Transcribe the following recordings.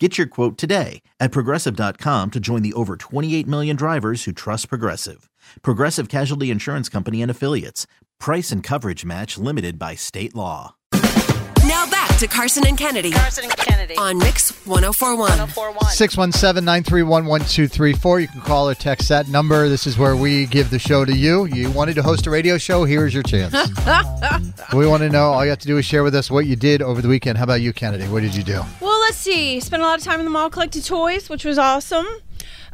Get your quote today at progressive.com to join the over 28 million drivers who trust Progressive. Progressive Casualty Insurance Company and Affiliates. Price and coverage match limited by state law. Now back to Carson and Kennedy Carson and Kennedy. on Mix 1041. 1041. 617 931 1234. You can call or text that number. This is where we give the show to you. You wanted to host a radio show? Here's your chance. we want to know. All you have to do is share with us what you did over the weekend. How about you, Kennedy? What did you do? Well, let's see. Spent a lot of time in the mall, collected toys, which was awesome.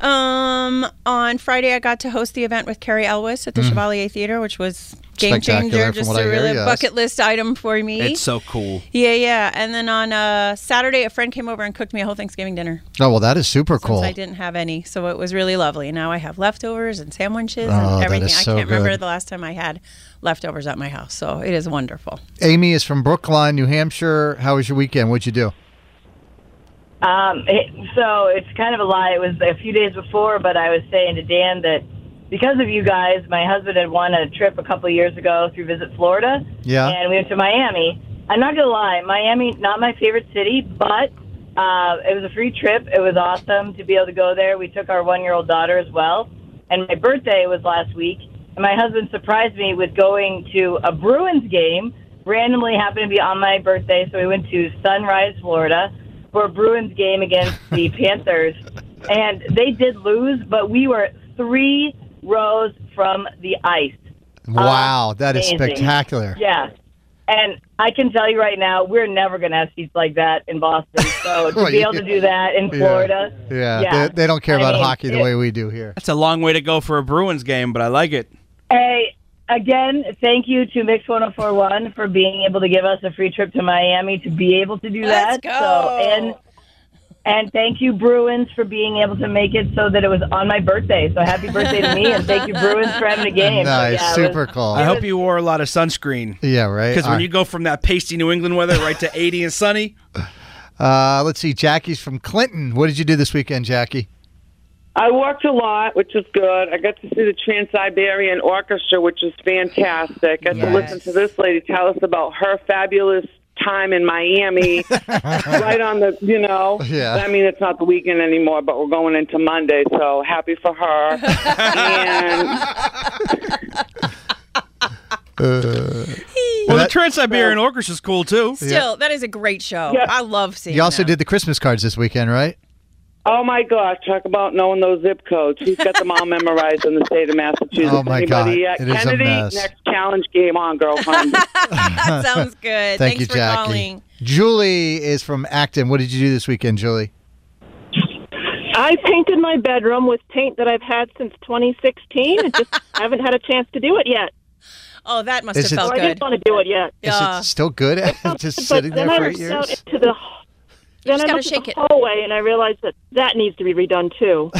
Um, on Friday, I got to host the event with Carrie Elwes at the Chevalier Theater, which was game Hmm. Spectacular, changer. from Just what a I hear, really yes. bucket list item for me. It's so cool. yeah, yeah. And then on uh, Saturday, a friend came over and cooked me a whole Thanksgiving dinner Oh, well, that is super cool. since I didn't have any, so it was really lovely. Now I have leftovers and sandwiches Oh, that and everything. is I so can't remember good. the last time I had leftovers at my house, so it is wonderful. Amy is from Brookline, New Hampshire. How was your weekend? What'd you do? Uh, Um, it, so it's kind of a lie. It was a few days before, but I was saying to Dan that because of you guys, my husband had won a trip a couple of years ago through Visit Florida. Yeah. And we went to Miami. I'm not gonna lie, Miami not my favorite city, but uh, it was a free trip. It was awesome to be able to go there. We took our one year old daughter as well, and my birthday was last week. And my husband surprised me with going to a Bruins game. Randomly happened to be on my birthday, so we went to Sunrise, Florida, for a Bruins game against the Panthers, and they did lose, but we were three rows from the ice. Wow, that is amazing. spectacular. Yeah. And I can tell you right now, we're never going to have seats like that in Boston. So to Well, be you- able to do that in Yeah. Florida, Yeah, They, they don't care I about mean, hockey the it- way we do here. That's a long way to go for a Bruins game, but I like it. Hey, again, thank you to Mix 1041 for being able to give us a free trip to Miami to be able to do Let's that. So go. and and thank you Bruins for being able to make it so that it was on my birthday. So happy birthday to me and thank you Bruins for having a game. So, Nice, yeah, it was- super cool. I hope you wore a lot of sunscreen. yeah, right. Because All when you go from that pasty New England weather right to 80 and sunny, Uh, let's see. Jackie's from Clinton. What did you do this weekend, Jackie? I walked a lot, which was good. I got to see the Trans Siberian Orchestra, which was fantastic. I got to listen to this lady tell us about her fabulous time in Miami, right on the, you know. Yeah. I mean, it's not the weekend anymore, but we're going into Monday, so happy for her. and well, the Trans Siberian Orchestra's cool too. Still, that is a great show. Yeah. I love seeing. You also them. did the Christmas cards this weekend, right? oh my gosh, talk about knowing those zip codes. She's got them all memorized in the state of Massachusetts. Oh, my God. Anybody It yet? is a Kennedy, mess. next challenge game on, girlfriend. that sounds good. Thank Thanks you, for Jackie. calling. Julie is from Acton. What did you do this weekend, Julie? I painted my bedroom with paint that I've had since 2016. It just I haven't had a chance to do it yet. Oh, that must Is have it- felt I good. didn't want to do it yet. Yeah. Is it still good? Just sitting but there then for I eight looked years. out into the then just I gotta looked shake at it. the hallway and I realized that that needs to be redone too,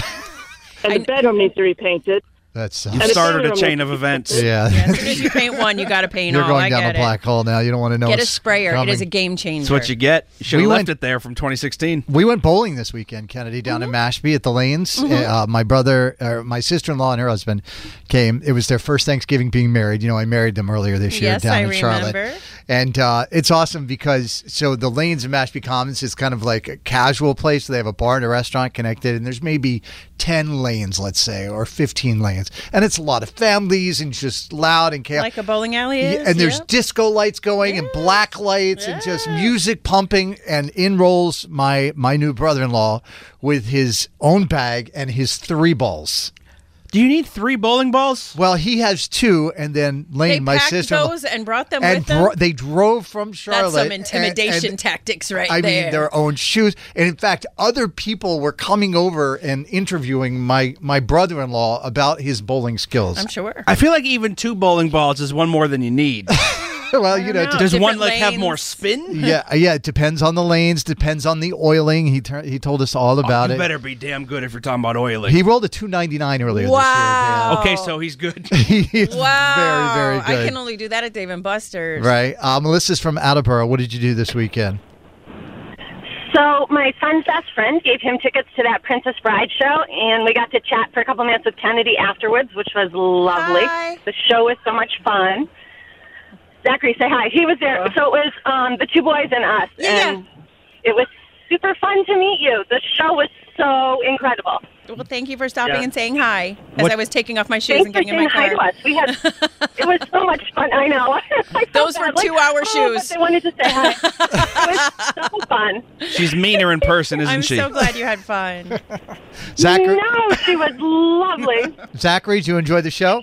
and the bedroom needs to be repainted. That sucks. You've And the started a bedroom chain was- of events. yeah. As soon as you paint one, you got to paint You're all. going I down get a black hole now. You don't want to know. it. Get a what's sprayer. It is a coming. game changer. That's what you get. You should We have went- left it there from 2016. We went bowling this weekend, Kennedy, down in Mm-hmm. Mashpee at the Lanes. Uh, my brother, or my sister-in-law, and her husband came. It was their first Thanksgiving being married. You know, I married them earlier this year Yes, down I in remember. Charlotte, and uh, it's awesome because so the Lanes in Mashpee Commons is kind of like a casual place. They have a bar and a restaurant connected, and there's maybe ten lanes, let's say, or fifteen lanes, and it's a lot of families and just loud and chaotic. like a bowling alley Yeah, is. and there's yeah. disco lights going and black lights and just music pumping and in rolls my my new brother-in-law with his own bag and his three balls Do you need three bowling balls? well he has two and then lane they my packed sister those and brought them and with them. dro- they drove from charlotte That's some and- intimidation and tactics, right I there. mean, their own shoes. And in fact, other people were coming over and interviewing my, my brother in law about his bowling skills. I'm sure. I feel like even two bowling balls is one more than you need. well, you know, know. it Does one different like have lanes. more spin? de- yeah, uh, yeah. It depends on the lanes. Depends on the oiling. He tur he told us all about Oh, you it. better be damn good if you're talking about oiling. He rolled a two ninety nine earlier Wow. okay, so he's good. this year. Dan. He is Wow. very, very good. I can only do that at Dave and Buster's. Right. Uh, Melissa's from Attleboro. What did you do this weekend? So my son's best friend gave him tickets to that Princess Bride show, and we got to chat for a couple minutes with Kennedy afterwards, which was lovely. Hi. The show was so much fun. Zachary, say hi. He was there. So it was um, the two boys and us, Yeah. and it was super fun to meet you. The show was so incredible. Well, thank you for stopping Yeah. and saying hi as What- I was taking off my shoes Thanks and for getting in my saying hi car. to us. We had it was so much fun. I know. I felt Those were bad, like, two-hour oh, shoes. But they wanted to say hi. it was so fun. She's meaner in person, isn't I'm she? Oh, so glad you had fun. Zachary, No, she was lovely. Zachary, did you enjoy the show?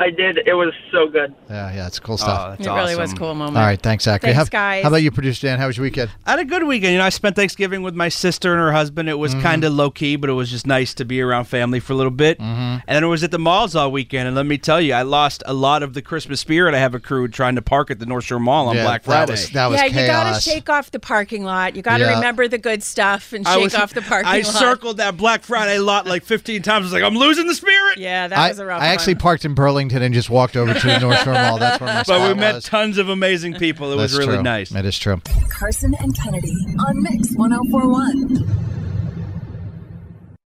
I did. It was so good. Yeah, yeah, it's cool Oh, stuff. that's it really was awesome. a cool moment. All right, thanks, Zachary. Thanks, how, guys. How about you, producer Dan? How was your weekend? I had a good weekend. You know, I spent Thanksgiving with my sister and her husband. It was Mm-hmm. kind of low key, but it was just nice to be around family for a little bit. Mm-hmm. And then it was at the malls all weekend. And let me tell you, I lost a lot of the Christmas spirit I have accrued trying to park at the North Shore Mall on yeah, Black that Friday. was that was yeah, you gotta chaos. shake off the parking lot. You gotta Yeah. remember the good stuff and I shake was- off the parking I lot. circled that Black Friday lot like 15 times. I was like, I'm losing the spirit. Yeah, that I, was a rough I actually one. parked in Burlington and just walked over to the North Shore Mall. That's where my But spot we met was. tons of amazing people. It That's was really true. nice. That is true. Carson and Kennedy on Mix 1041.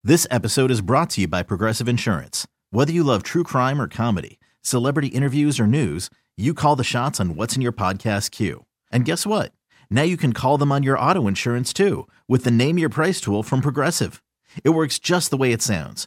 This episode is brought to you by Progressive Insurance. Whether you love true crime or comedy, celebrity interviews or news, you call the shots on what's in your podcast queue. And guess what? Now you can call them on your auto insurance too with the Name Your Price tool from Progressive. It works just the way it sounds.